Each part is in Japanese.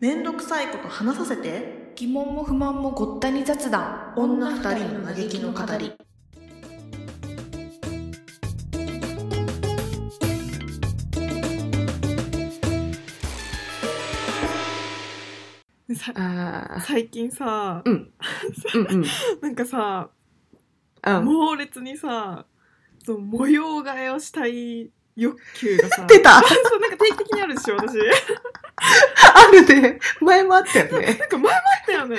めんどくさいこと話させて疑問も不満もごったに雑談女二人の嘆きの語りさあ最近さ、うんーうんうんなんかさ、あ猛烈にさその模様替えをしたい欲求が さ出たそうなんか定期的にあるでし ょ私なあるね前もあったよねんか前もあった よね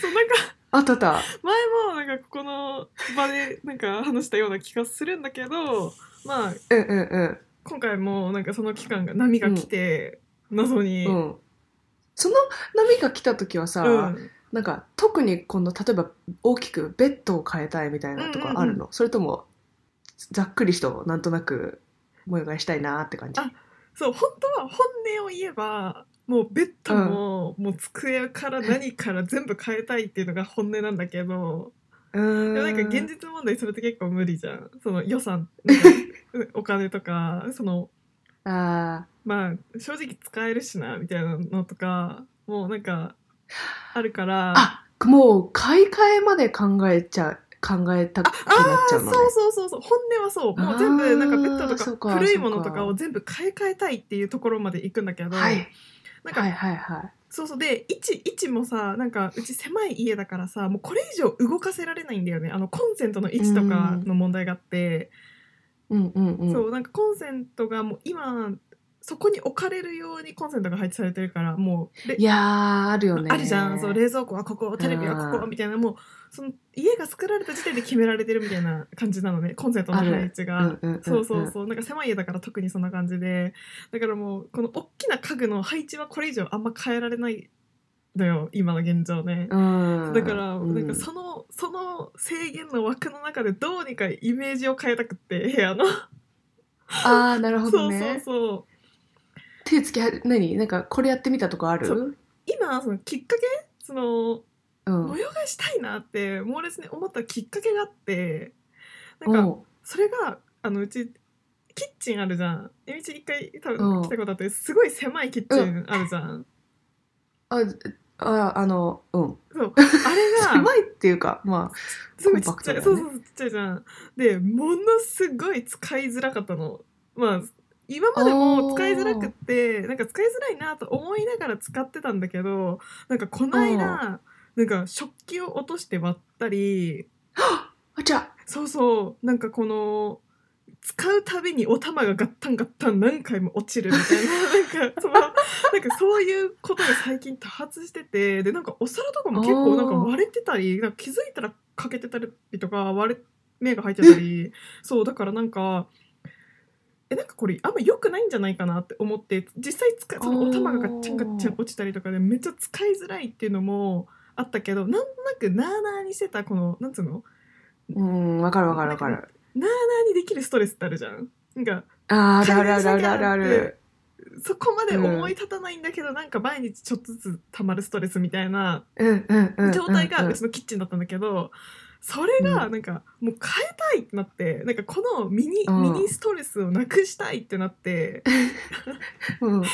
そうなんかあったあった前もなんかここの場でなんか話したような気がするんだけどまあうんうんうん今回もなんかその期間が波が来て、謎に、うんその波が来た時はさ、うんなんか特にこの例えば大きくベッドを変えたいみたいなとかあるの、うんそれともざっくりとなんとなく模様替えしたいなーって感じあそう本当は本音を言えばもうベッドも、もう机から何から全部変えたいっていうのが本音なんだけどうーんでもなんか現実問題それって結構無理じゃんその予算お金とかそのあまあ正直使えるしなみたいなのとかもうなんかあるからーあもう買い替えまで考えちゃ考えたくなっちゃうのねそうそうそうそう本音はそうもう全あ部ーなんかベッドそとうかか古いものとそうかかを全部買い替えたいっていうところまで行くんだけど、はいなんか、はいはいはいそうそうで位置位置もさなんかうち狭い家だからさもうこれ以上動かせられないんだよねあのコンセントの位置とかの問題があって、うんうんうんそうなんかコンセントがもう今そこに置かれるようにコンセントが配置されてるからもうでいやーあるよねあるじゃんそう冷蔵庫はここテレビはここうんみたいなもうその家が作られた時点で決められてるみたいな感じなのねコンセントの配置うが。んうんんんそうそうそうなんか狭い家だから特にそんな感じでだからもうこの大きな家具の配置はこれ以上あんま変えられないのよ今の現状ね、うんだからなんかうんその、その制限の枠の中でどうにかイメージを変えたくって部屋の、ああなるほそどうねそうそう手つきは何なんかこれやってみたとこある、そう今そのきっかけそのん、模様替えしたいなって猛烈に思ったきっかけがあってなんかおそれがあのうちキッチンあるじゃんえみち一回多うん分来たことあってすごい狭いキッチンあるじゃん、あああのうんそうあれが狭いっていうかまあすごいちっちゃコンパい、クトだよね そうそうそうちっちゃいじゃんでものすごい使いづらかったのまあ今までも使いづらくってなんか使いづらいなと思いながら使ってたんだけどなんかこの間なんか食器を落として割ったりあじゃあそうそうなんかこの使うたびにお玉がガッタンガッタン何回も落ちるみたいななんかそのなんかそういうことが最近多発しててでなんかお皿とかも結構なんか割れてたりなんか気づいたら欠けてたりとか割れ目が入ってたりそうだからなんか。えなんかこれあんま良くないんじゃないかなって思って実際使うそのお玉がガッチャンガッチャン落ちたりとかでめっちゃ使いづらいっていうのもあったけどなんとなくなあなあにしてたこのなんつうのうんわかるわかるわかるなあなあにできるストレスってあるじゃん。なんかあーあるあるあるあるあるあ改善しなきゃるそこまで思い立たないんだけど、なんか毎日ちょっとずつ溜まるストレスみたいなうんうんうん状態うがんううんちのキッチンだったんだけど、それがうんなんかもう変えたいってなってなんかこのミニ,、うんミニストレスをなくしたいってなってうんで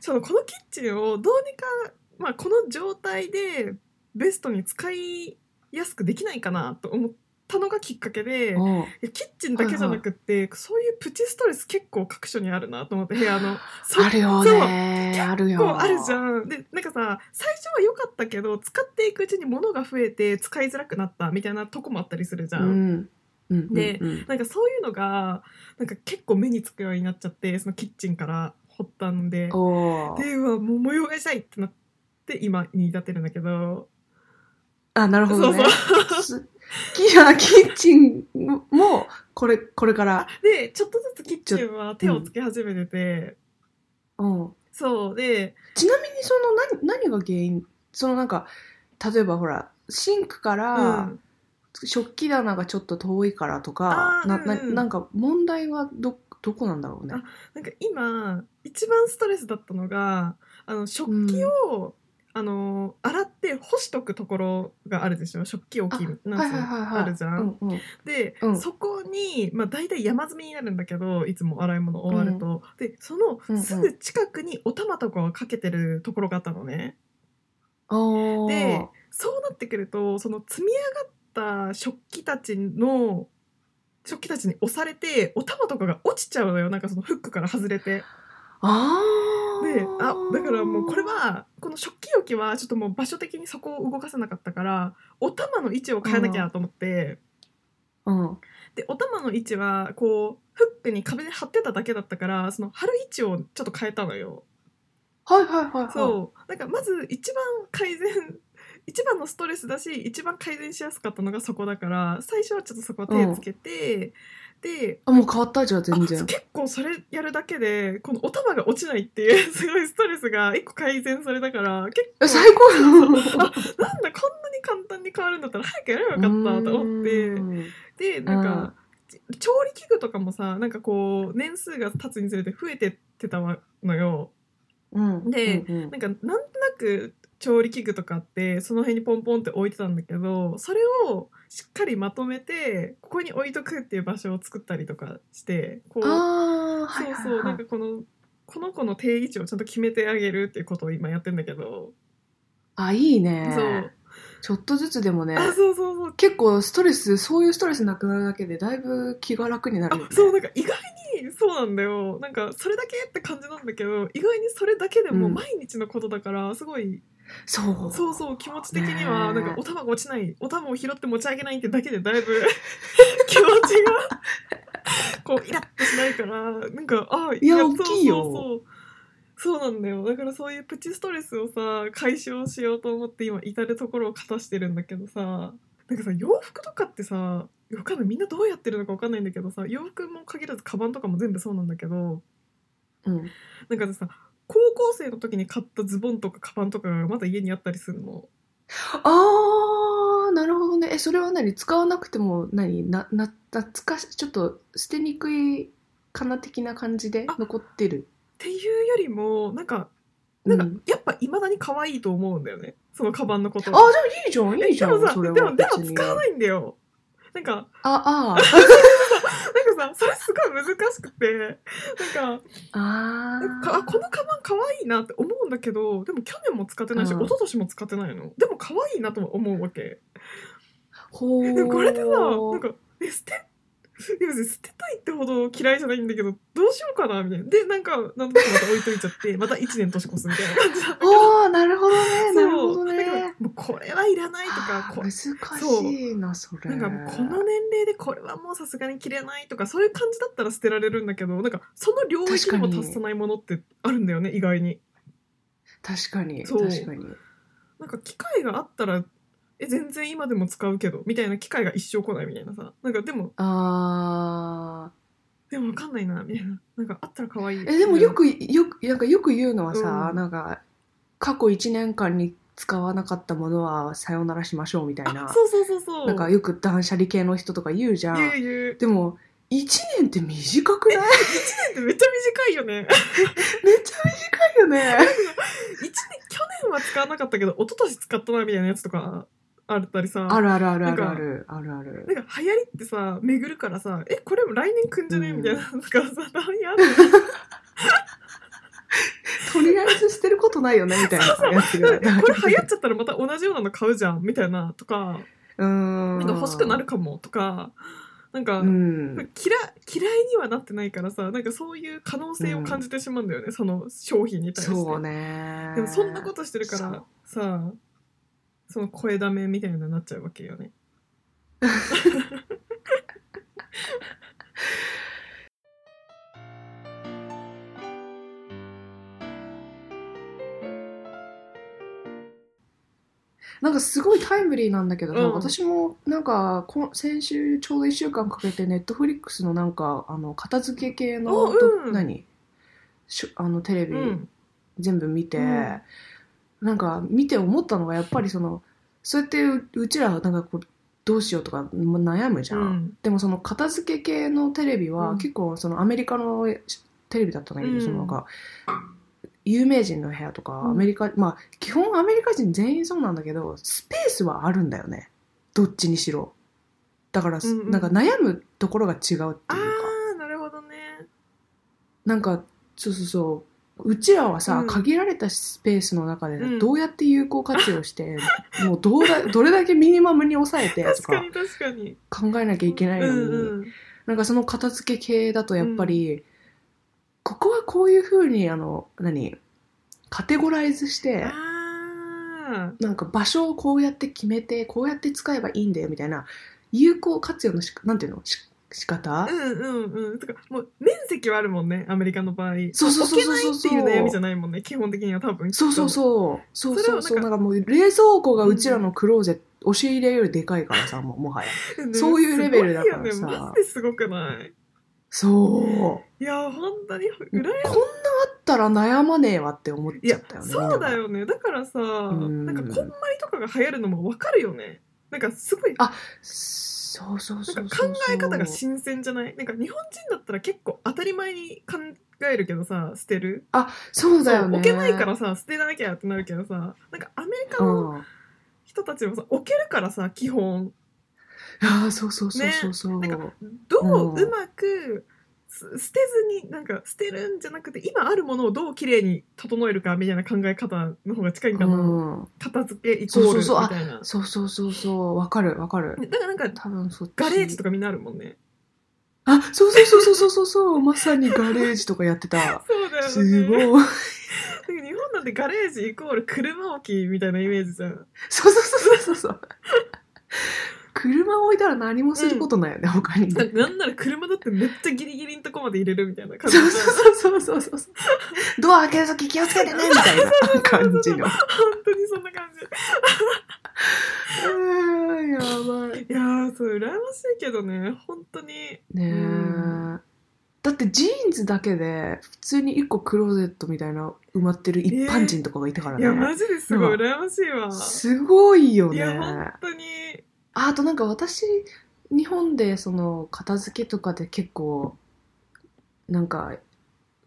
そのこのキッチンをどうにか、まあ、この状態でベストに使いやすくできないかなと思ったのがきっかけで。おういやキッチンだけじゃなくって、そういうプチストレス結構各所にあるなと思って部屋の そあるよねある結構よあるじゃんでなんかさ最初は良かったけど使っていくうちに物が増えて使いづらくなったみたいなとこもあったりするじゃん、うんうんうんでうんなんかそういうのがなんか結構目につくようになっちゃってそのキッチンから掘ったんでおうでうわもう模様替えしたいってなって今に至ってるんだけどあなるほどねそうすいやキッチンもこれこれからでちょっとずつキッチンは手をつけ始めてて、うんそうでちなみにその何何が原因そのなんか例えばほらシンクかうらん食器棚がちょっと遠いからとか、あーなうんなうんなんか問題はどどこなんだろうね。なんか今一番ストレスだったのがあの食器を、あのー洗って干しとくところがあるでしょ食器置きなんつうのはいはいはいはい。あるじゃんうんうん、で、うんそこに、まあ、大体山積みになるんだけどいつも洗い物終わると、でそのすぐ近くにお玉とかをかけてるところがあったのね、おーでそうなってくるとその積み上がった食器たちの食器たちに押されてお玉とかが落ちちゃうのよなんかそのフックから外れてあーであだからもうこれはこの食器置きはちょっともう場所的にそこを動かせなかったからお玉の位置を変えなきゃと思って、うんでお玉の位置はこうフックに壁で貼ってただけだったからその貼る位置をちょっと変えたのよ。はいはいはいはいそうなんかまず一番改善 一番のストレスだし一番改善しやすかったのがそこだから最初はちょっとそこは手つけて、であもう変わったじゃんあ全然結構それやるだけでこのお玉が落ちないっていうすごいストレスが一個改善されたから結え構最 高やななんだこんなに簡単に変わるんだったら早くやればよかったと思ってうんでなんかち調理器具とかもさなんかこう年数が経つにつれて増えてってたのようんでうんうんなんかなんとなく調理器具とかってその辺にポンポンって置いてたんだけどそれをしっかりまとめてここに置いとくっていう場所を作ったりとかしてこうああはいはそういそうはないんかこのこの子の定位置をちゃんと決めてあげるっていうことを今やってんだけど、あいいそうねちょっとずつでもねあそうそうそう結構ストレスそういうストレスなくなるだけでだいぶ気が楽になるよねあそうなんか意外にそうなんだよなんかそれだけって感じなんだけど意外にそれだけでもうん毎日のことだからすごい、そうそうそう気持ち的にはねなえんかお玉が落ちないお玉を拾って持ち上げないってだけでだいぶ 気持ちが こうイラッとしないからなんかあいやそう大きいよそうそうそうなんだよだからそういうプチストレスをさ解消しようと思って今至る所をかたしてるんだけどさなんかさ洋服とかってさわかんないみんなどうやってるのかわかんないんだけどさ洋服も限らずカバンとかも全部そうなんだけどうんなんかさ高校生の時に買ったズボンとかカバンとかがまだ家にあったりするのああなるほどねえそれは何使わなくても何なな懐かしちょっと捨てにくいかな的な感じであ残ってるっていうよりもなんかなんか、うんやっぱいまだに可愛いと思うんだよねそのカバンのことあでもいいじゃんいいじでゃもんさそれではもで別もに使わないんだよなんかあなんかさそれすごい難しくてなんかああなんーかあこのカバン可愛いなって思うんだけどでも去年も使ってないしうん一昨年も使ってないのでも可愛いなとは思うわけほでうこれでさなんかえ捨ていや別に捨てたいってほど嫌いじゃないんだけどどうしようかなみたいなでなんかなんとかまた置いといちゃってまた1年年越すみたいな感じだったかおらーなるほどねなるほそうどだからねもうこれはいらないとかあーこ難しいなそれなんかもうこの年齢でこれはもうさすがに着れないとかそういう感じだったら捨てられるんだけどなんかその領域にも確かに達さないものってあるんだよね意外に確かにそう確かになんか機会があったらえ全然今でも使うけどみたいな機会が一生来ないみたいなさなんかでもあでもわかんないなみたいななんかあったら可愛いーえでもよみくよくなんかよく言うのはさ、うんなんか過去1年間に使わなかったものはさよならしましょうみたいたいななあそうそうそうそうなんかよく断捨離系の人とか言うじゃんゆうゆうでも1年って短くないってめっちゃ短いよねめ っちゃ短いよね一年去年は使わなかったけど一昨年使ったなみたいなやつとかあったりさあるあるあるあるあるあるあるなんか流行りってさ巡るからさえこれも来年来んじゃね、うんみたいなのがさたまにあるとりあえず捨てることないよねみたいなやつがこれ流行っちゃったらまた同じようなの買うじゃんみたいなとかうーんなんか欲しくなるかもとかなんか、 うん嫌嫌いにはなってないからさなんかそういう可能性を感じてしまうんだよね、その商品に対してそうねでもそんなことしてるからさその声だめみたいなのになっちゃうわけよねなんかすごいタイムリーなんだけどさ、うん私もなんかこ先週ちょうど1週間かけてネットフリックスのなんかあの片付け系のおどうん何しゅあのテレビうん全部見て、うんなんか見て思ったのがやっぱりそのそうやってううちらはなんかこうどうしようとかもう悩むじゃん、うんでもその片付け系のテレビうはん結構そのアメリカのテレビだったんだけど、うんそのなんか有名人の部屋とか、うんアメリカ、まあ、基本アメリカ人全員そうなんだけど、スペースはあるんだよね。どっちにしろ。だから、うんうんなんか悩むところが違うってあいうか。ーなるほどねなんか、そうそうそう。うちらはさ、うん限られたスペースの中でうんどうやって有効活用して、もうどうだどれだけミニマムに抑えてと確かかに確かに考えなきゃいけないのに、うんうんなんかその片付け系だとやっぱり、ここはこういうふうに、あの、何、カテゴライズして、あなんか場所をこうやって決めて、こうやって使えばいいんだよみたいな、有効活用のしか、なんていうの、し仕方ーうんうんうんとかもう面積はあるもんねアメリカの場合そうそうそう置けそうないそうっていう悩みじゃないもんね基本的には多分そうそううそう。そうそうそう。それをなんかなんかもう冷蔵庫がうちらのクローゼット、押し入れよりでかいからさ、もうもはや。そういうレベルだからさすごいよねマジですごくないそう。こいや本当にん羨なましいあったら悩まねえわって思っいちゃやったよね。そうだよねだからさんなんかこんまりとかが流行るのもわかるよねなんかすごいあそうそうそうそなうんかそう。考え方が新鮮じゃないなんか日本人だったら結構当たり前に考えるけどさ捨てるそうだよね。置けないからさ捨てなきゃってなるけどさなんかアメリカのうん。あ人たちもさ置けるからさ基本あ、そうそうそうそうそう。ねなんどううんうまくす捨てずになんか捨てるんじゃなくて今あるものをどう綺麗に整えるかみたいな考え方の方が近いんかな、うん、片付けイコールそうみそうそうたいなそうそうそうそう。わかるわかる。だからなんか多分そっち。ガレージとか。かみんなあるもんねあ、そうそうそうそうそうそう。 まさにガレージとかやってた。そうだよねすごい なん。か日本なんてガレージイコール車置きみたいなイメージじゃんそうそうそうそうそう。車を置いたら何もすることないよね、他に。なんかなんなら車だってめっちゃギリギリのとこまで入れるみたいなそ感うじそでうそうそうそうそう。ドア開けるとき気をつけてねみたいな感じ の。う本当にそんな感じーんやばい。いやーそう羨ましいけどね本当にねえうんだってジーンズだけで普通に一個クローゼットみたいな埋まってる一般人とかがいたからいね。やマジですごいうん羨ましいわ、すごいよいね。や本当にああとなんか私日本でその片付けとかで結構なんか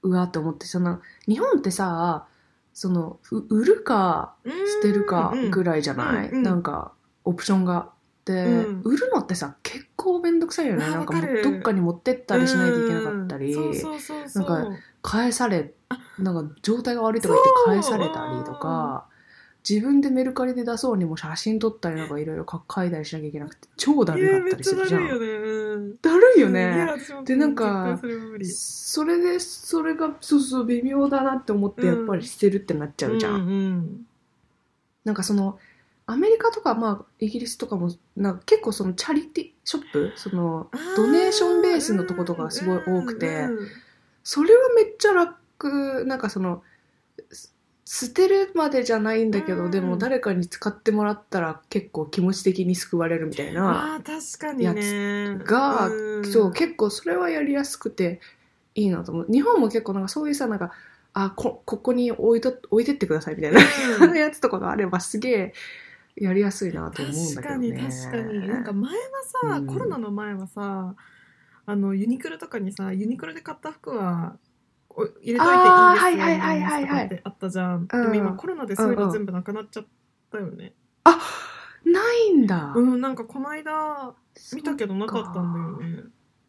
うわーって思ってその日本ってさそのう売るか捨てるかぐららいじゃない、うんうんなんかオプションがで、うん売るのってさ結構めんどくさいよねあーなんかわかるどっかに持ってったりしないといけなかったりそうそうそうそうなん返されなんか状態が悪いとか言って返されたりとか自分でメルカリで出そうにも写真撮ったりなんかいろいろ書いたりしなきゃいけなくて超だいるかやっめったりちすゃだるじゃるいんよね、うん、だるいよいねや私もでなんか絶対それは無理それでそれがそうそう微妙だなって思ってやっぱり捨てるってなっちゃうじゃん、うんうんなんかそのアメリカとか、まあ、イギリスとかもなんか結構そのチャリティショップそのあードネーションベースのとことかがすごい多くてうんうんそれはめっちゃ楽なんかそのす捨てるまでじゃないんだけど、うんでも誰かに使ってもらったら結構気持ち的に救われるみたいな、あー確かにねがうんそう結構それはやりやすくていいなと思う日本も結構なんかそういうさなんかあこここに置いと置いてってくださいみたいなう んやつとかがあればすげえやりやすいなと思うんだけ確かどにね確かになんか前はさ、うんコロナの前はさあのユニクロとかにさユニクロで買った服はお入れといていいですよあーみたいなはいはいはいはいやつとはかいってあったじゃん、うんでも今コロナでそういうんううのん全部なくなっちゃったよねあないんだ、うん、なんかこの間見たけどなかったんだよね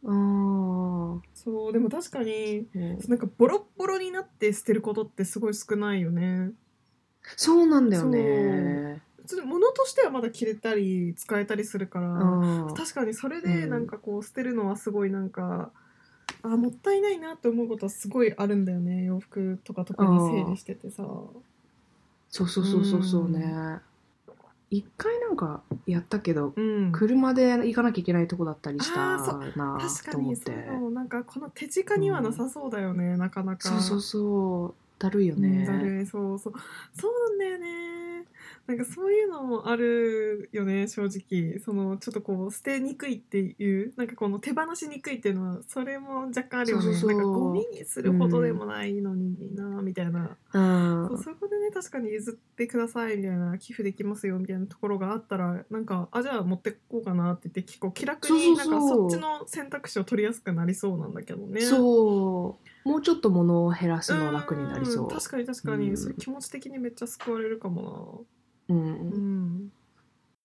あーそうでも確かにうんなんかボロッボロになって捨てることってすごい少ないよねそうなんだよねそれ物としてはまだ着れたり使えたりするから、うん確かにそれうでんなんかこう捨てるのはすごいなんか、あもったいないなって思うことはすごいあるんだよね洋服とか特に整理しててさそうそうそうそうそうねうん一回なんかやったけどうん車で行かなきゃいけないとこだったりしたあーそな確かと思っにてそうなのなんかこの手近にはなさそうだよね、なかなかそうそうそうだるいようんだねるいそうそうそうなんだよねなんかそういうのもあるよね正直そのちょっとこう捨てにくいっていうなんかこの手放しにくいっていうのはそれも若干あるよねそうそうそうなんかゴミにするほどでもないのになみたいな、うんそうそこでね確かに譲ってくださいみたいな寄付できますよみたいなところがあったらなんかあじゃあ持ってこうかなって言って結構気楽にそなうんそうかそそうっちの選択肢を取りやすくなりそうなんだけどね。そうもうちょっと物を減らすのは楽になりそんう確かに確かに、うんそれ気持ち的にめっちゃ救われるかもうな。うん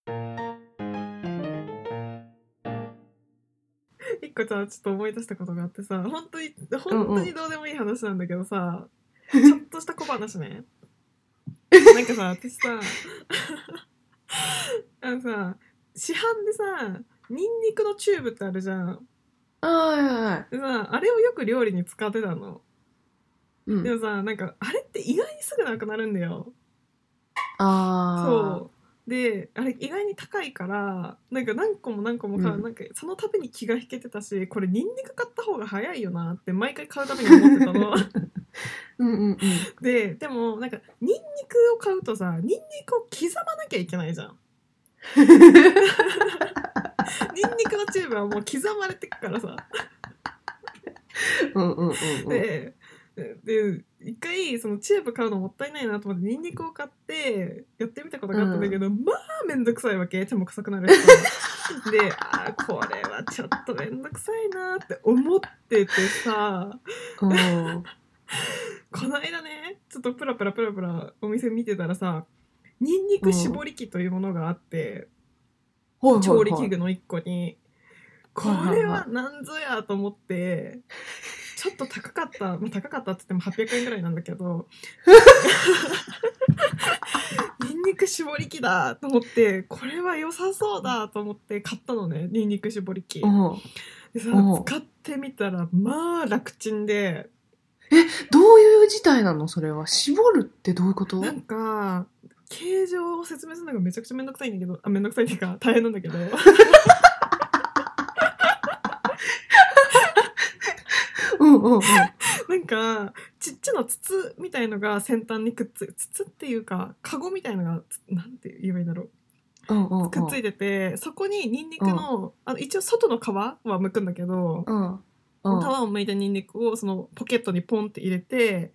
ん。一個さちょっと思い出したことがあってさ本当に本当にどうでもいい話なんだけど さ、ちょっとした小話ねなんかさ私さ あのさ市販でさニンニクのチューブってあるじゃんあはいはいはいでさあれをよく料理に使ってたのうでんもさなんかあれって意外にすぐなくなるんだよあそうであれ意外に高いからなんか何個も何個も買う、うんなんかその度に気が引けてたしこれニンニク買った方が早いよなって毎回買うたびに思って たのーうんうんうんででもなんかニンニクを買うとさニンニクを刻まなきゃいけないじゃん ニンニクのチューブはもう刻まれてくからさうんうんうんうんでで一回そのチューブ買うのもったいないなと思ってニンニクを買ってやってみたことがあったんだけど、まあめんどくさいわけ手も臭く なるしであーこれはちょっとめんどくさいなって思っててさうんこの間ねちょっとプラプラプラプラお店見てたらさニンニク絞り器というものがあって、ほいほいほい調理器具の一個に、はいはいこれはなんぞやと思ってちょっと高かった、まあ、高かったって言っても800円ぐらいなんだけどニンニク絞り器だと思ってこれは良さそうだと思って買ったのねニンニク絞り器うんでさうん使ってみたらまあ楽ちんでどういう事態なのそれは絞るってどういうことなんか形状を説明するのがめちゃくちゃめんどくさいんだけどあめんどくさいっていうか大変なんだけどうんうんうんなんかちっちゃな筒みたいのが先端にくっつ筒っていうかカゴみたいのがつなんて言えばいいんだろううんうんうんくっついててそこにニンニクのあの一応外の皮は剥くんだけどうんうん皮を剥いたニンニクをそのポケットにポンって入れて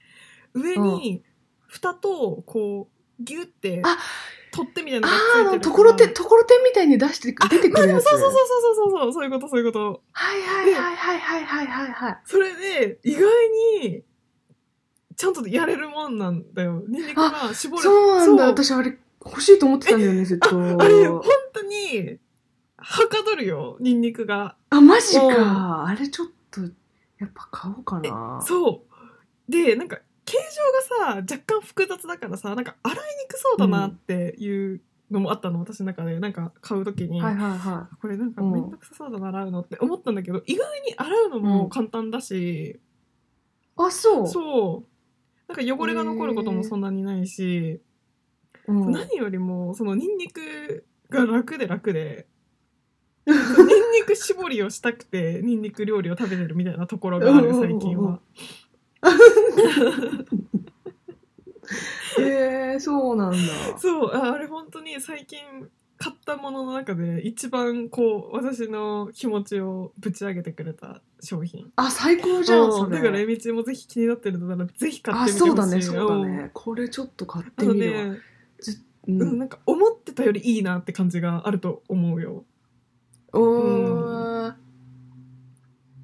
上に蓋とこうギュってあ取ってみたいなあのがーあのついてるところてんところてんみたいに出してく出てくるでやもつそうそうそうそうそうそうそういうことそういうことはいはいはいはいはいはいはいはいそれで意外にちゃんとやれるもんなんだよニンニクが絞るそうなんだ私そうあれ欲しいと思ってたんだよねずっとあれ本当にはかどるよニンニクがあマジうかあれちょっとやっぱ買おうかなそうでなんか形状がさ若干複雑だからさなんか洗いにくそうだなっていうのもあったの、私の中でなんか買う時に、はいはいはこれなんかうんめんどくさそうだな洗うのって思ったんだけど意外に洗うのも簡単だし、いあそうそうなんか汚れが残ることもそんなにないし、うん、うん何よりもそのニンニクが楽で 楽で。ニンニク絞りをしたくてニンニク料理を食べてるみたいなところがある最近は。えー、そうなんだそうああれ本当に最近買ったものの中で一番こう私の気持ちをぶち上げてくれた商品あ最高じゃんうんそれだからえみちもぜひ気になってるのならぜひ買っあてみてほしいそうだねそうだんねこれちょっと買っあてとみるわ、ね、ううんん、なんか思ってたよりいいなって感じがあると思うよおー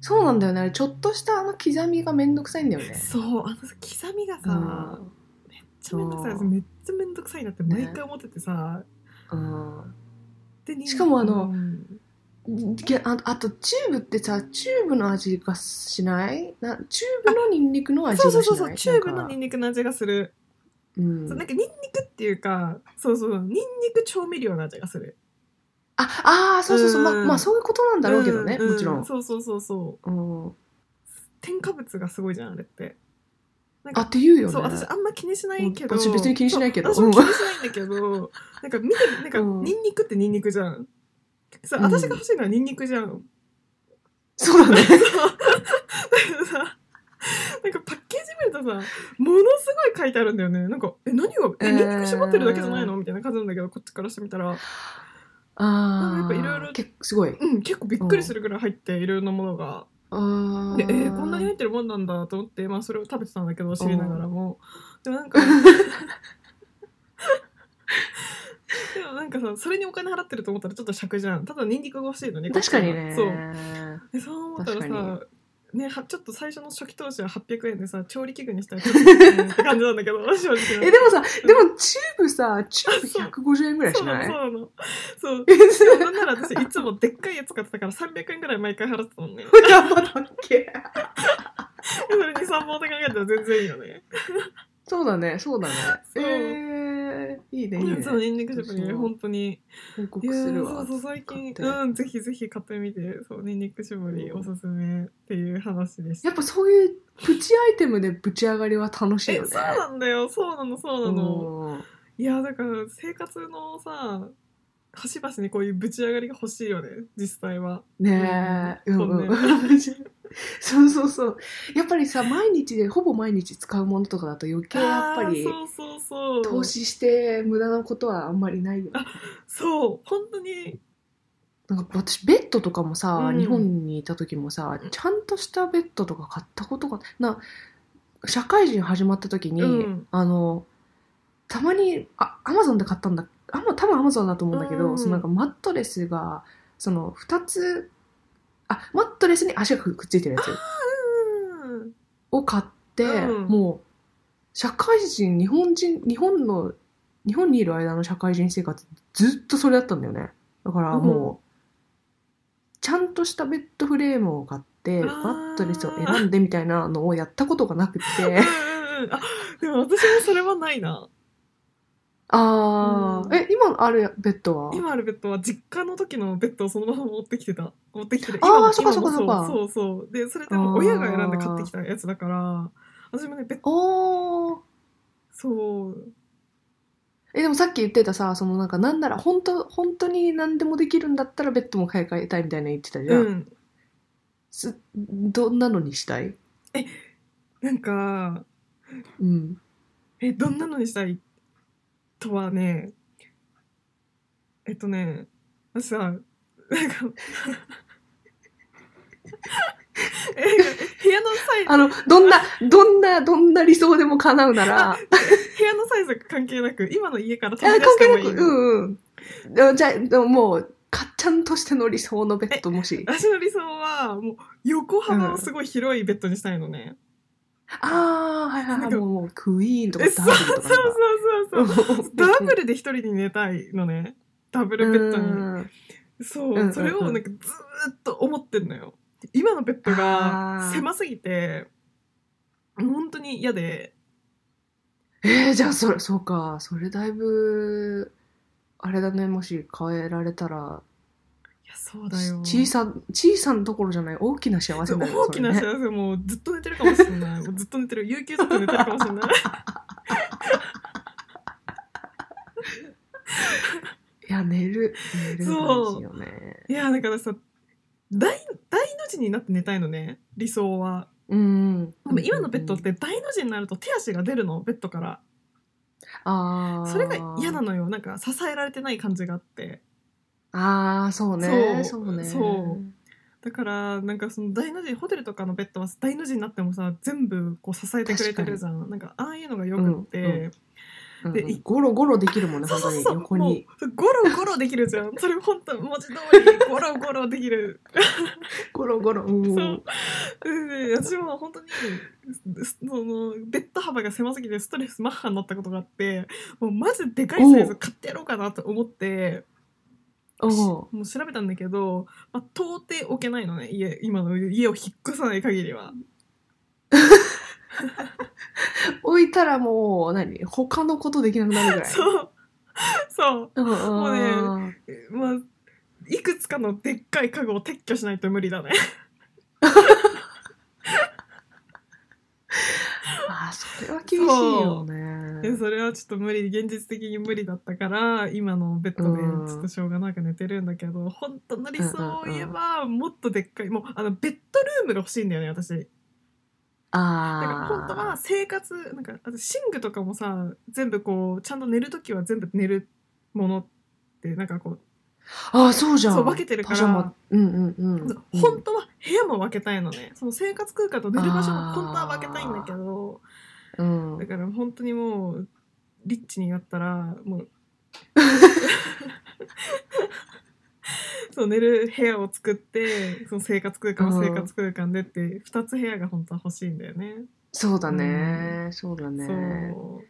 そうなんだよねあれちょっとしたあの刻みがめんどくさいんだよねそうあのさ刻みがさ、うめっちゃめんどくさいそうめっちゃめんどくさいなって毎回思っててさ、んうんでにしかもあのうんでああとチューブってさチューブの味がしないなチューブのニンニクの味そうがしなそういそうそうチューブのニニンニクの味がするク、うんそうなんかニンニクっていうかそうそうニンニク調味料の味がするああーそうそうそう、まあうんまあそういうことなんだろうけどね、んもちろん、そうそうそうそううん、添加物がすごいじゃんあれってなんあかって言うよねそう私あんま気にしないけど私別に気にしないけどそう私も気にしないんだけどなんか見てなんかうんニンニクってニンニクじゃんさうん私が欲しいのはニンニクじゃんそうだね だけどさなんかパッケージ見るとさものすごい書いてあるんだよねなんか「え何がえニンニク絞ってるだけじゃないの?」みたいな感じなんだけどこっちからしてみたらあ なんかやっぱいろいろあ、結構すごい。うん結構びっくりするぐらい入っていろんなものがああ。でえーこんなに入ってるもんなんだと思って、まあ、それを食べてたんだけど知りながらもでもなん かでもなんかさそれにお金払ってると思ったらちょっと尺じゃんただニンニクが欲しいのねこっち確かからにね。そうでそう思ったら確かさね、はちょっと最初の初期投資は800円でさ調理器具にしたら800円って感じなんだ けど正直え、でもさ、でもチューブさ、チューブ150円ぐらいそしうなないのそうなのそうえ、それなんなら 私いつもでっかいやつ買ってたから300円ぐらい毎回払ってたもんねやばだっけそれ23本で考えたら全然いいよねそうだね、そうだね。そうえー、い いね、いいね。そうニンニク食そにう本当に報告するわ。いやーそうそう最近使ってうんぜひぜひ買ってみてそうニンニク絞りおすすめっていう話でしたやっぱそういうプチアイテムでぶち上がりは楽しいえよね。そうなんだよそうなのそうなのうんいやだから生活のさ端々にこういうぶち上がりが欲しいよね実際はねえ、ううんんうん本 そうそうそう。やっぱりさ、毎日で、ほぼ毎日使うものとかだと余計やっぱりあー、そうそうそう投資して無駄なことはあんまりないよね。そう本当になんか私、ベッドとかもさ、うん日本にいた時もさ、ちゃんとしたベッドとか買ったことが、な、社会人始まった時に、うんあの、たまに、あ、アマゾンで買ったんだ、あんま、多分アマゾンだと思うんだけど、うんそのなんかマットレスが、その、二つ、あ、マットレスに足がくっついてるやつうんを買って、うんもう、社会人、日本人、日本の、日本にいる間の社会人生活、ずっとそれだったんだよね。だからもう、ちゃんとしたベッドフレームを買って、あーマットレスを選んでみたいなのをやったことがなくて、 うんうんあでも私もそれはないなあー、うんえ、今あるベッドは今あるベッドは実家の時のベッドをそのまま持ってきてた持ってきてるあー今もそっか今もそっかそっかそうそうでそれでもあー親が選んで買ってきたやつだから私もねベッドおー。そうえ、でもさっき言ってたさ、そのなんかなんなら本当、本当に何でもできるんだったらベッドも買い替えたいみたいな言ってたじゃ。うんんすどんなのにしたいなんかうん。えどんなのにしたいとはねえっとね私さなんかえなんか部屋のサイ ズあの、どんな、どんな、どんな理想でも叶うな ら、あ、部屋のサイズ関係なく今の家から飛関び出して係もないいく、のうんうんでも。じゃあ、でももう、かっちゃんとしての理想のベッドもし。 私の理想はもう横幅のすごい広いベッドにしたいのね、ああ、はいはいなはい。んかもう、もうクイーンとかえそうダブルとそうそうかそうそうなんか。ダブルで一人で寝たいのねダブルベッドにうんそうう、んうんうんそれをなんかずーっと思ってんのよ今のベッドがあー狭すぎて本当に嫌でえー、じゃあ、それ、そうか。それだいぶ、あれだね、もし変えられたら、いやそうだよ小さ、小さなところじゃない、大きな幸せそうになるよ大きなそ幸れねせ、もうずっと寝てるかもしれないもうずっと寝てる有給ずっと寝てるかもしれない いや、寝る。寝るの大事よね。いやだからさ大大の字になって寝たいのね理想はうんでも今のベッドっ、て大の字になると手足が出るのベッドからああ。それが嫌なのよなんか支えられてない感じがあってああ、そうね。そそううね。そうだからなんかその大の字ホテルとかのベッドは大の字になってもさ全部こう支えてくれてるじゃんなんかああいうのがよくって、うんううんでうんゴロゴロできるもんね、そう本そ当に。うそう横もに。うゴロゴロできるじゃんそれ本当文字通りゴロゴロできるゴロゴロ。うんそううん私も本当にそのベッド幅が狭すぎてストレスマッハになったことがあってもうマジでかいサイズ買ってやろうかなと思って。おうもう調べたんだけど、まあ、到底置けないのね家今の家を引っ越さない限りは置いたらもう、何他のことできなくなるぐらい。そうそうんうんもううまあいくつかのでっかい家具を撤去しないと無理だねああ、それは厳しいよでね。 それはちょっと無理現実的に無理だったから今のベッドうんでちょっとしょうがなく寝てるんだけど本当の理想を言えばもっとでっかいもうあのベッドルームが欲しいんだよね私なんかああ。本当は生活なんかあと寝具とかもさ全部こうちゃんと寝る時は全部寝るものってなんかこああ、そうじゃん。そう分けてるからパジャマ。うんうんう、うん。本当は部屋も分けたいのねその生活空間と寝る場所もあー本当は分けたいんだけどうんだから本当にもうリッチになったらも うそう寝る部屋を作ってその生活空間は生活空間でって2つ部屋が本当は欲しいんだよね。そうだね。そうだね。そう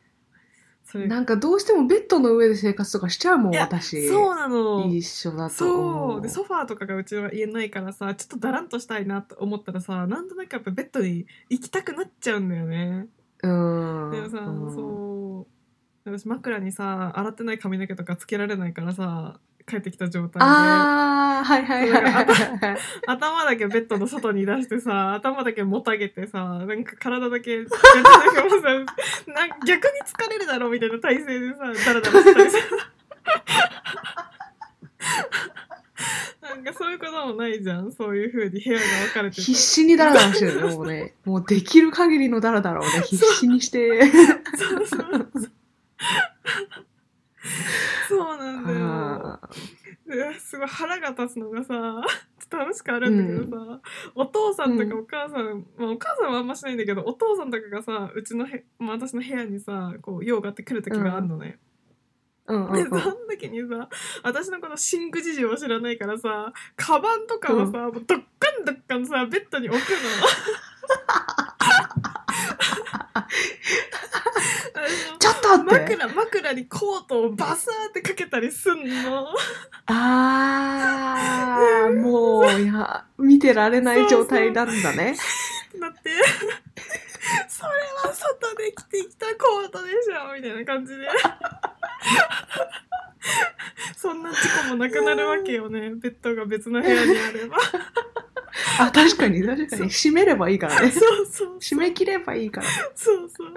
それなんかどうしてもベッドの上で生活とかしちゃうもん、いや私。そうなの一緒だと。そうでそソファーとかがうちは家ないからさちょっとだらんとしたいなと思ったらさなんとなくやっぱベッドに行きたくなっちゃうんだよね。う。うん。でもさ、うんそう私枕にさ洗ってない髪の毛とかつけられないからさ帰ってきた状態でああ、はいはいはいはい。頭だけベッドの外に出してさ頭だけもたげてさなんか体だけなんかもうさなんか逆に疲れるだろうみたいな体勢でさダラダラしたりさなんかそういうこともないじゃんそういう風に部屋が分かれてて 必死にダラダラしてるね、もうね。もうできる限りのダラダラをね、必死にして。そうそうそうそうなんだよあーうわすごい腹が立つのがさちょっと楽しくあるんだけどさ、お父さんとかお母さん、まあ、お母さんはあんましないんだけどお父さんとかがさうちのへ、まあ、私の部屋にさこう用があって来る時があるのね、うんうんでうそのん。時にさ私のこの寝具事情を知らないからさカバンとかをさ、もうどっかんどっかんさベッドに置く の。あのちょっとあって。枕枕にコートをバサーってかけたりすんの。ああ、もう、いや、見てられない状態なんだね。だって それは外で着てきたコートでしょみたいな感じで そんな事故もなくなるわけよねベッドが別の部屋にあれ ばあ、確かに、確かそうに。閉めればいいからね。そうそう締め切ればいいから。そうそう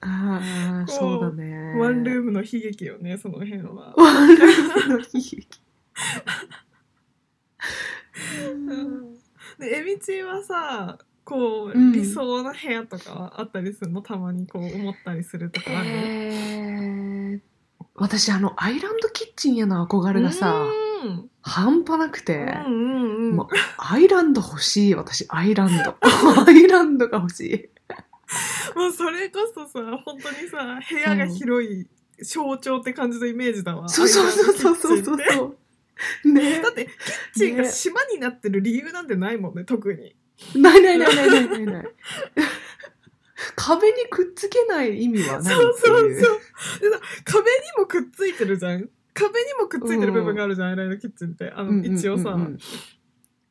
ああ、そうだね。ワンルームの悲劇よねその辺はワンルームの悲 劇。でエビチはさこうんう理想な部屋とかはあったりするのたまにこう思ったりするとかある、えー、私、あの、アイランドキッチンへの憧れがさ、うん半端なくて、うんうんうんもうアイランド欲しい、私、アイラン ド。アイランドが欲しい。もうそれこそさ本当にさ部屋が広い象徴って感じのイメージだわ、そうそうそうそうそうアイランドキッチンってそう。ねだってキッチンが島になってる理由なんてないもんね特にないないないないないないない。壁にくっつけない意味はないってそいううそうそうでさ壁にもくっついてるじゃん壁にもくっついてる部分があるじゃん、アイランドキッチンってあの、うんうんうんうん一応さ、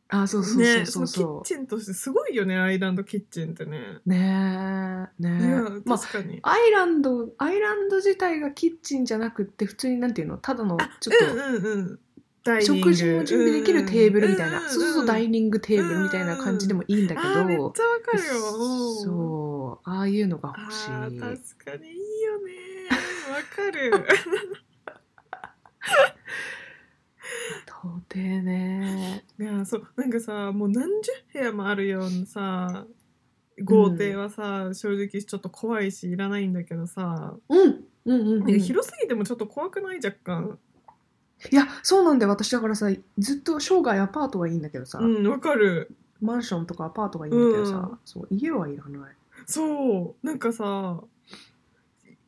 あ、そうそうそうねそうそそのキッチンとしてすごいよねアイランドキッチンってねう。ねえ、いねやえ。まあ、確かに、アイランド、アイランド自体がキッチンじゃなくって、普通になんていうの、ただの、ちょっと、うんうんうんダイニン食グ事も準備できるテーブルみたいな、んんんそうそうそうダイニングテーブルみたいな感じでもいいんだけあーめっちゃどわ、かるようんそうああいうのが欲しあーい確かにいいよ ねわかる到底ね いやそうなんかさもう何十部屋もあるようなさ豪邸はさ、正直ちょっと怖いしいらないんだけどさ、うんうんうん、うん、いやい広すぎてもちょっと怖くない若干やそうなんで私だからさずっと生涯アパートはいいんだけどさ、うんわかるマンションとかアパートはいいんだけどさ、うんそう家はいらないそうなんかさ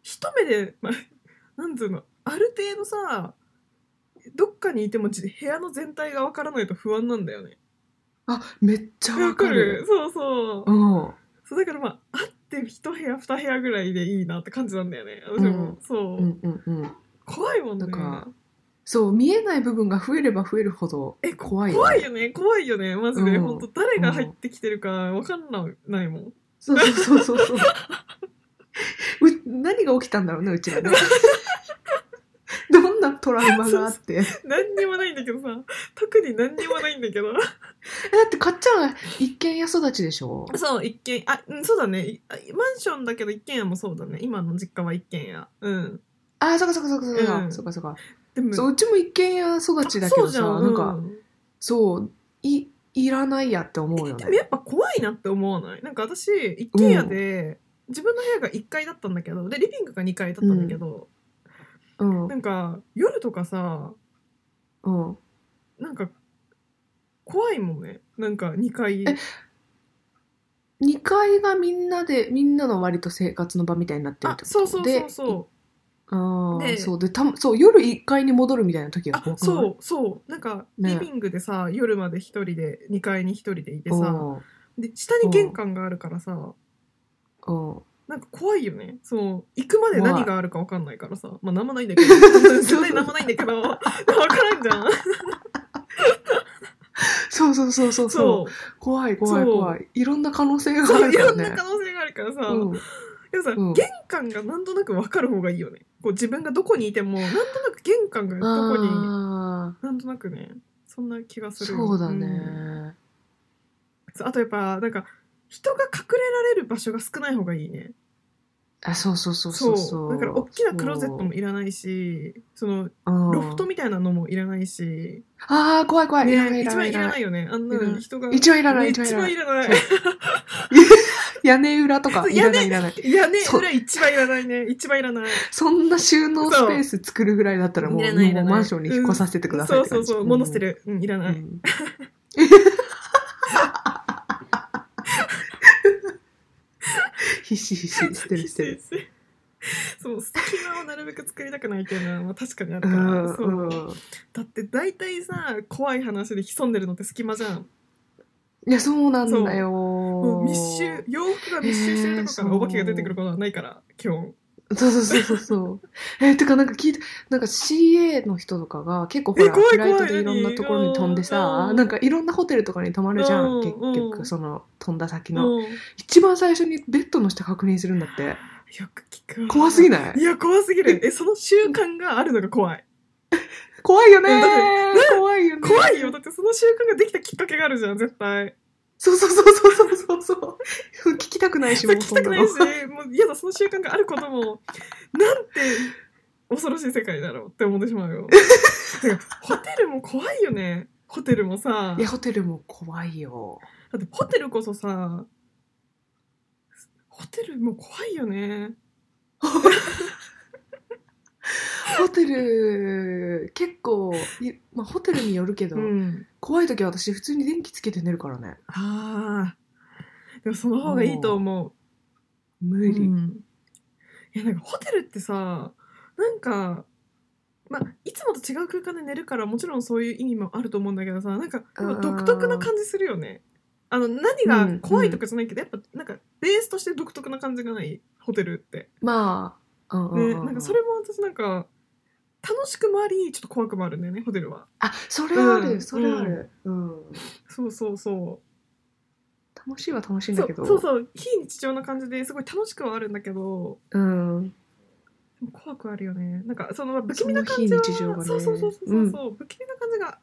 一目で、まあ、なんつうのある程度さどっかにいてもじ部屋の全体がわからないと不安なんだよねあめっちゃわかるそうそううんそうだからまああって一部屋二部屋ぐらいでいいなって感じなんだよね私うも、んそう、うんうんうん怖いもんねなんかそう見えない部分が増えれば増えるほどえ怖いよね怖いよね怖いよねマジで、うんほんと誰が入ってきてるかわかんなないもん、 そうそうそうそうそう。う何が起きたんだろうね、うちらね。 どんなトラウマがあって。えだ何にもないんだけどさ特に何にもないんだ けどって、かっちゃんは一軒家育ちでしょそう一軒あうんそうだねいあマンションだけど一軒家もそうだね今の実家は一軒家うんああ、そっかそっかそっかそっか、うんそっかそっか。でもそう、うちも一軒家育ちだけどさ、なんか、そう、い、いらないやって思うよでねも。やっぱ怖いなって思わないなんか私一軒家で、自分の部屋が1階だったんだけどでリビングが2階だったんだけど、うん。うなんか夜とかさん。なんか怖いもんねなんか2階え2階がみんなで、みんなの割と生活の場みたいになってるっあてことそうそうそうでそうああ、でそう。で、たまそう、夜1階に戻るみたいな時があ怖くないそうそうなんかねリビングでさ、夜まで一人で2階に一人でいてさうで下に玄関があるからさん。うん。なんか怖いよねそう行くまで怖何いがあるか分かんないからさまあ何もないんだ けど絶対何もないんだけど分からんじゃんそうそうそうそうそう。そう怖い怖いそう怖い。いろんな可能性があそうるいかろらんなね。可能性があるからさ、うんでもさ、うん玄関がなんとなく分かる方がいいよねこう自分がどこにいてもなんとなく玄関がどこにあなんとなくねそんな気がーするそうだんね。そうあとやっぱなんか人が隠れられる場所が少ない方がいいねあ、そうそうそうそそううそう。だから大きなクローゼットもいらないしそのもロフトみたいなのもいらないし、ああ、怖い怖い。いらないね、いら一な番いいいららな。ないいよねあんないらなのい人が一番いらない、ね一番い一らな番いい。らない屋根裏とか、そういら屋根ないいらない。いやねそう裏一番いらないね一番いらないそんな収納スペース作るぐらいだったらもいらう、ないいもらうないマンションに引っ越させてくださいそって感うそうじ。そう物捨てる、うん、いらうない、ん。必死必死、捨てる捨てる。 そう隙間をなるべく作りたくないっていうのは、まあ、確かにあるうから、んそううん。だって大体さ怖い話で潜んでるのって隙間じゃんいや、そうなんだよ。もう密集洋服が密集してるとこからへーお化けが出てくることはないから基本そうそうそうそうそう。 えてかなんか聞いて、なんか CA の人とかが結構ほえら、怖いフライト怖いでいろんなところに飛んで何さう、んなんかいろんなホテルとかに泊まるじゃうんん、結うん局、その飛んだ先の。うんよ一番最初にベッドの下確認するんだって。く聞くわ怖すぎいないいや怖すぎるえその習慣があるのが怖い怖いよねうんだって怖いよね怖いよだってその習慣ができたきっかけがあるじゃん絶対そうそうそうそうそうそうそう。聞きたくないし、そもれう聞きそたんくなないのし。もう嫌だその習慣があることもなんて恐ろしい世界だろうって思ってしま うよなんかホテルも怖いよねホテルもさいや、ホテルも怖いよ。だってホテルこそさホテルも怖いよねホテル、結構、いまあホテルによるけど、ん怖い時は私普通に電気つけて寝るからね。あーでもその方がいいと思無う、理。うんいやなんかホテルってさなんかまあいつもと違う空間で寝るからもちろんそういう意味もあると思うんだけどさなんかやっぱ独特な感じするよねあの何が怖いとかじゃないけど、やっぱなんかベースとして独特な感じがないホテルって、まあ、うんうんね、うんなんかそれも私なんか楽しくもありちょっと怖くもあるんだよねホテルはあそれある、うんそれある、うんそうそうそう楽しいは楽しいんそだけうどそうそう非日常な感じですごい楽しくはあるんだけどうんでも怖くはあるよねなんかその不気そ味のな感非じは日常がねそうそうそうそうそうそう、不気味な感じが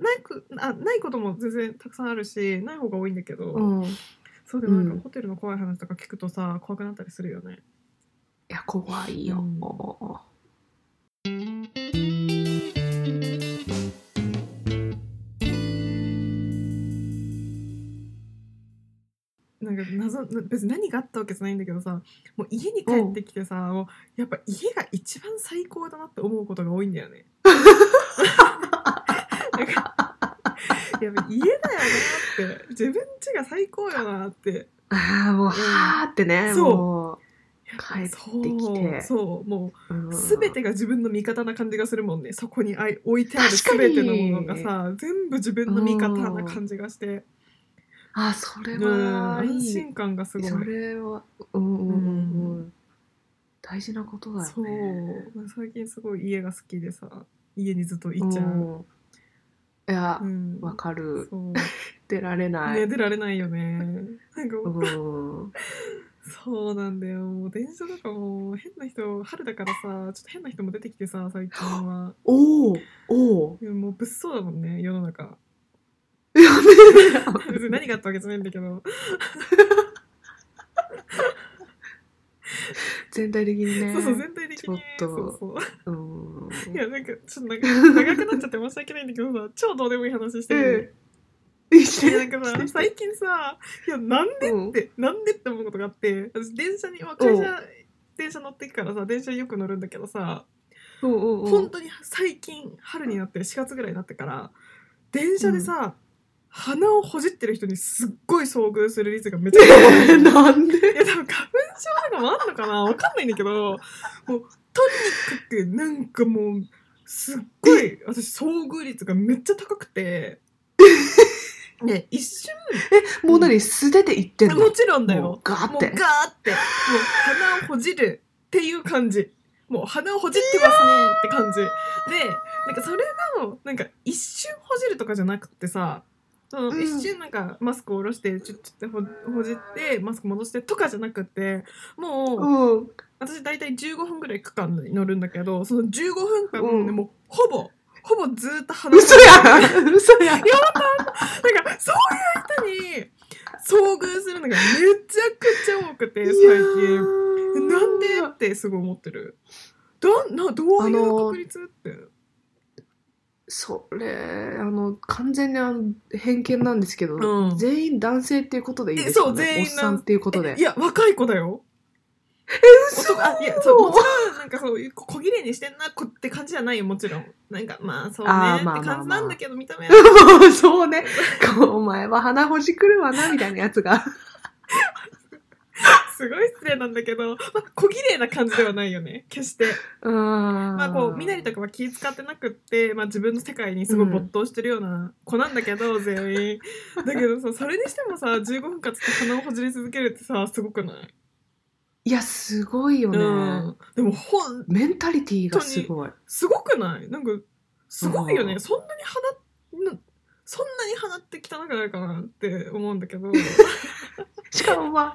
ないくあないことも全然たくさんあるしない方が多いんだけど、うんいそうでもなんうんかホテルの怖い話とか聞くとさ怖くなったりするよねや怖いよ、うんなんか謎な別に何があったわけじゃないんだけどさもう家に帰ってきてさ、もうやっぱ家が一番最高だなって思うことが多いんだよ ね。なんかやっぱ家だよなって自分家が最高よなってああもう、はーってねそうも帰ってきてそうそうもう、うんう全てが自分の味方な感じがするもんねそこにあい置いてある全てのものが確さ全部自分の味方な感じがして、あそれうん、はい安い心感がすごいそ。れはうんうんうんうん、う大事なことだよそうね最近すごい家が好きでさ家にずっといちゃう、んいやう、んわかるそう出られない、ね出られない よねなんかうんそうなんだよもう電車とかも変な人春だからさちょっと変な人も出てきてさ最近 はおおおおいやもう物騒だもんね世の中別に何があったわけじゃないんだけど 全体的にねそうそう全体的にちょっとそうそううんいやなんかちょっと長長くなっちゃって申し訳ないんだけどさ超どうでもいい話してる、えしてなんかさ して最近さいやなんでうんってなんでって思うことがあって私電車に、まあ、会社電車乗ってくからさ電車によく乗るんだけどさうんうんうん本当に最近春になって4月ぐらいになってから電車でさ、鼻をほじってる人にすっごい遭遇する率がめちゃくちゃ多い。え なんでいや多分花粉症とかもあんのかなわかんないんだけどもうとにかくなんかもうすっごい私遭遇率がめっちゃ高くてね一瞬もう何素手で言ってんのもちろんだもうよガーっもうガてーってもう鼻をほじるっていう感じもう鼻をほじってますねって感じでなんかそれがなんか一瞬ほじるとかじゃなくってさそのうん一瞬なんかマスクを下ろしてチュッチュッてほほじってマスク戻してとかじゃなくってもう、うん私大体15分ぐらい区間に乗るんだけどその15分間うんでもうほぼほぼずーっと鼻嘘や ん嘘やんなんかそういう人に遭遇するのがめちゃくちゃ多くて最近。なんでってすごい思ってる。どんなどうあいのうー確率って。それあの完全にあの偏見なんですけど、うん全員男性っていうことでいいですえそか、うね、全員おっさんっていうことでいや若い子だよ。え嘘あいやそうもちろんなんかそういうこ小綺麗にしてんなこって感じじゃないよもちろん。なんかまあそうねあーってまあまあまあ感じなんだけど見た目は。 そうねお前は鼻ほじくるわなみたいなやつ がすごい失礼なんだけど、まあ、小綺麗な感じではない よね決して。うんままあこうみなりとかは気使ってなくって、まあ、自分の世界にすごい没頭してるような子なんだけど、全員だけどさそれにしてもさ15分間ずっと鼻をほじり続けるってさすごくない、いやすごいよね、うん、でもほんメンタリティーがすごいすごくないなんかすごいよね、うんそんなに鼻なそんなに鼻って汚くなるかなって思うんだけど しかもまあ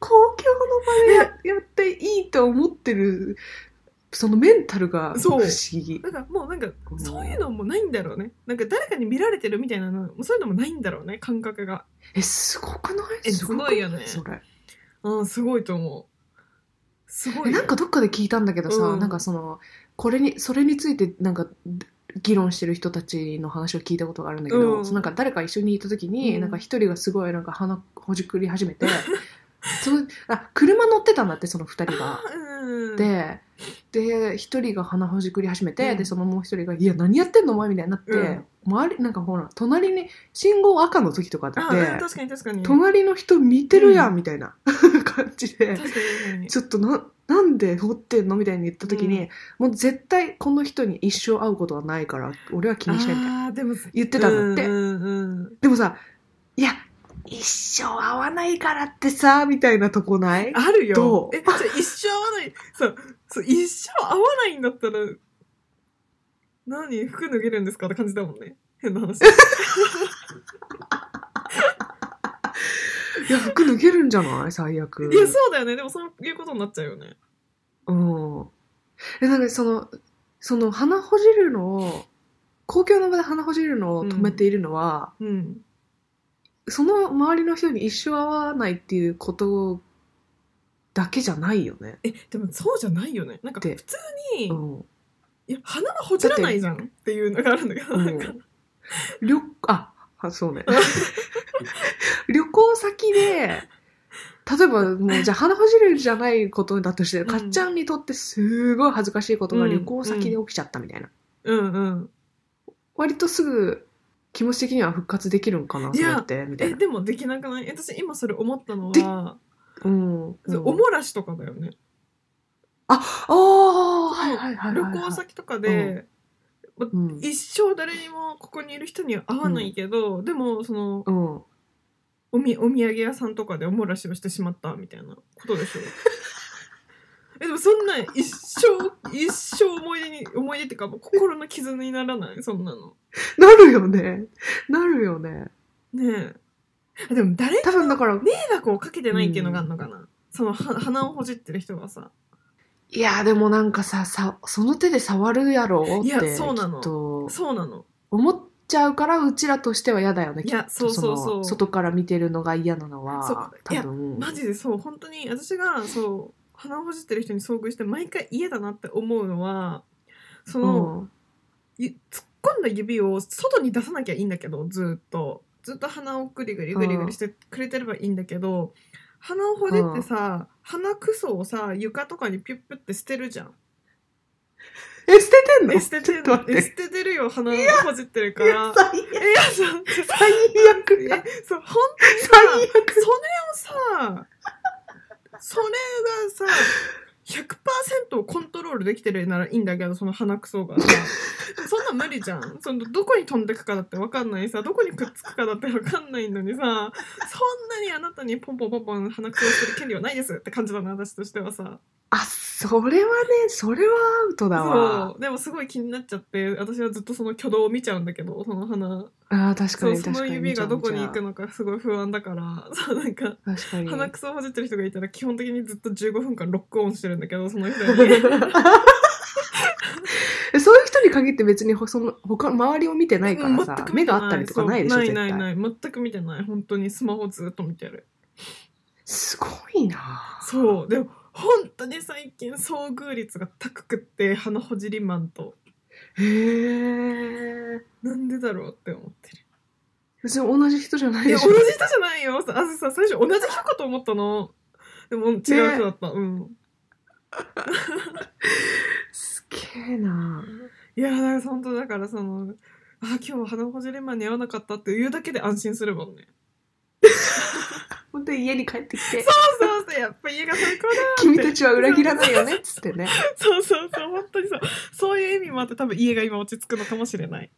公共の場でややっていいと思ってるそのメンタルが不そう思議なんかもうなんかそういうのもないんだろうねなんか誰かに見られてるみたいなのそういうのもないんだろうね感覚がえすごくないえくなすごいよねそれうんすごいと思うすごいえよなんかどっかで聞いたんだけどさ、うんなんかそのこれにそれについてなんか議論してる人たちの話を聞いたことがあるんだけど、うんそのなんか誰か一緒にいた時に、うんなんか一人がすごいなんか鼻ほじくり始め てそうあ車乗ってたんだってその二人が。うんでで一人が鼻ほじくり始めて、うんでそのもう一人が「いや何やってんのお前」みたいになって、うん周りなんかほら隣に信号赤の時とかだっあて、うん確かに確かに確か隣の人見てるやん、うんみたいな 感じで。に確かにちょっとな、なんで掘ってんのみたいに言った時に、もう絶対この人に一生会うことはないから、俺は気にしないみたいな。あーでも言ってたんだって。うんうんうんでもさ、いや、一生会わないからってさ、みたいなとこないあるよどうえちょ一生合わないそうそう一生合わないんだったら何服脱げるんですかって感じだもんね変な話いや、服脱げるんじゃない最悪。いやそうだよねでもそういうことになっちゃうよねうん。え、なんかその、その鼻ほじるのを、公共の場で鼻ほじるのを止めているのは、うんその周りの人に一生会わないっていうことだけじゃないよね。えでもそうじゃないよねなんかで普通に、うん。いや鼻はほじらないじゃんっていうのがあるんだけど、うんなんか旅、あ、あそう ね。 旅行先で、例えばもうじゃあ鼻ほじるじゃないことだとして、んかっちゃんにとってすごい恥ずかしいことがうん旅行先で起きちゃったみたいな。うんうん割とすぐ気持ち的には復活できるんかな、いそれやって、みたいえな。でもできなくないえ私今それ思ったのでは、うん。うんそうおもらしとかだよねあ、あーはいはいはいはいは旅い。行先とかで、うん。一生誰にもここにいる人には会わないけど、でもそのうん。おみお土産屋さんとかでおもらしをしてしまったみたいなこ とでしょえでもそんなん一生一生思い出に思い出っていうかもう心の傷にならないそんなのなるよね。なるよね。ねえあでも誰に多分だから、迷惑をかけてないっていうのがあるのかな、そのは鼻をほじってる人がさいや、でもなんかさ、さ、その手で触るやろうって。いやそうなのきっとそうなの思っちゃうからうちらとしては嫌だよねいやきっとそうそうそうの外から見てるのが嫌なのそうは多いや分マジでそう本当に私がそう鼻をほじってる人に遭遇して毎回嫌だなって思うのはその、うんゆ突っ込んだ指を外に出さなきゃいいんだけどずーっとずっと鼻をグリグリグリグリしてくれてればいいんだけど鼻をほじってさ鼻くそをさ床とかにピュッピュッて捨てるじゃん。え、捨ててんのえ捨ててちょるっと待って。え捨ててるよ鼻をほじってるから。えいやそう最悪だ。えそう本当に最さ悪。それをさそれがさ100%をコントロールできてるならいいんだけどその鼻くそがさそんなん無理じゃんそのどこに飛んでくかだって分かんないさどこにくっつくかだって分かんないのにさそんなにあなたにポンポンポンポン鼻くそをする権利はないですって感じだな私としてはさあ、それはね、それはアウトだわ。そうでもすごい気になっちゃって私はずっとその挙動を見ちゃうんだけどその鼻ああ、確かそうにそ確かのに。指がどこに行くののかすごい不安だからそうなんか確かに。鼻くそをほじってる人がいたら基本的にずっと15分間ロックオンしてるんだけどその人にえ そういう人に限って別にほその他周りを見てないからさ全、く見目てがないあったりとかないでしょ、そう絶ないな対。いない全く見てない本当にスマホずっと見てるすごいなそうでも本当に最近遭遇率が高くって鼻ほじりマンとへえ。なんでだろうって思ってる別に同じ人じゃないいでやし同ょじ。人じゃないよあずさ最初同じ人かと思ったのでも違う人だった、うんすげえないやだから本当だからそのあ今日は鼻ほじりマンに会わなかったっていうだけで安心するもんね本当に家に帰ってきて、そうそうそうやっぱ家が最高だ君たちは裏切らないよねっつってね。そうそうそう、本当にそう。そういう意味もあって、多分家が今落ち着くのかもしれない。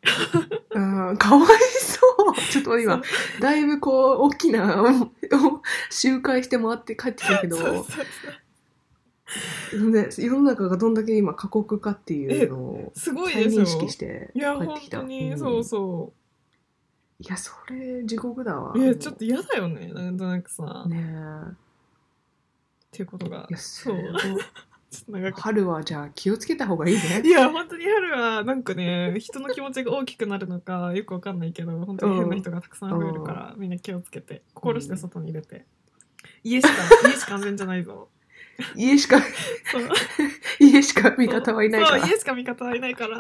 うん、かわいそう。ちょっと今、だいぶこう、大きな、 お集会して回って帰ってきたけど、そうそうそうね、世の中がどんだけ今過酷かっていうのをすごい再ですよ認。識してい帰や、っ本てきた。当に、うんそうそいや、それ、地獄だわ。う。いや、ちょっと嫌だよね、なんとなくさ。っねえ。ていうことがい、や、そそうう。ちょっと長く。春はじゃあ気をつけた方がいいいね。や、本当に春は、なんかね、人の気持ちが大きくなるのか、よくわかんないけど、本当に変な人がたくさん増えるから、みんな気をつけて、心して外に出て。家しか、家しか安全じゃないぞ。家しか、そう家しか味方はいないかそらう、。家しか味方はいないから。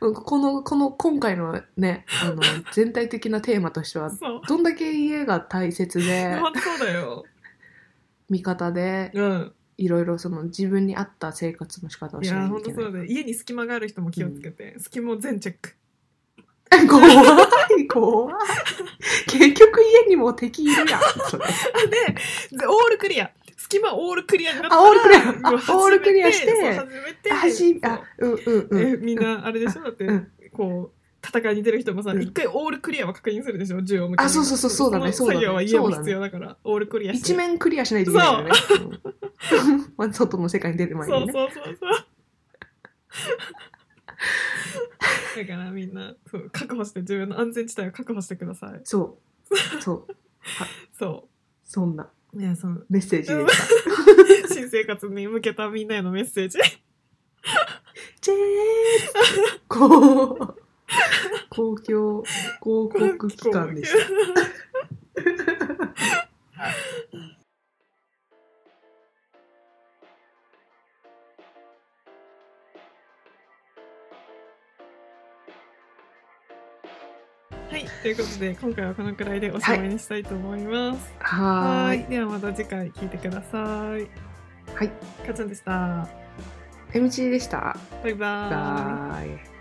うんこの、この、今回のね、あ の、全体的なテーマとしては、そう。どんだけ家が大切で、本当そうだ よ。味方で、うん。いろいろその自分に合った生活の仕方をいしなやいと本いけ当なそい。うで家に隙間がある人も気をつけて、隙間を全チェック 怖い、怖い。結局家にも敵いるやん。そ れででオールクリア隙間オールクリアになったらあオールクリアもう初めてあオールクリアしてそう初めてあじそうあ、うんうんうん。えみんなあれでしょだって、うんこう戦いに出る人もさうん一、回オールクリアは確認するでしょ銃を向けあそうそうそうそうだねその作業は家そもうだね必要だからオールクリアして一面クリアしないといけないよね。うん まあ外の世界に出る前そにうね。そうそうそう だからみんなそう確保して自分の安全地帯を確保してくださいそう。そう。そそんなういや そうメッセージでした。新生活に向けたみんなへのメッセージチェーンこう、公共、広告機関 でした。はい、ということで今回はこのくらいでおしまいにしたいと思います。はーい。いではまた次回聞いてください。はい。かっちゃんでした。 MG でした。バイバーイ。バイ。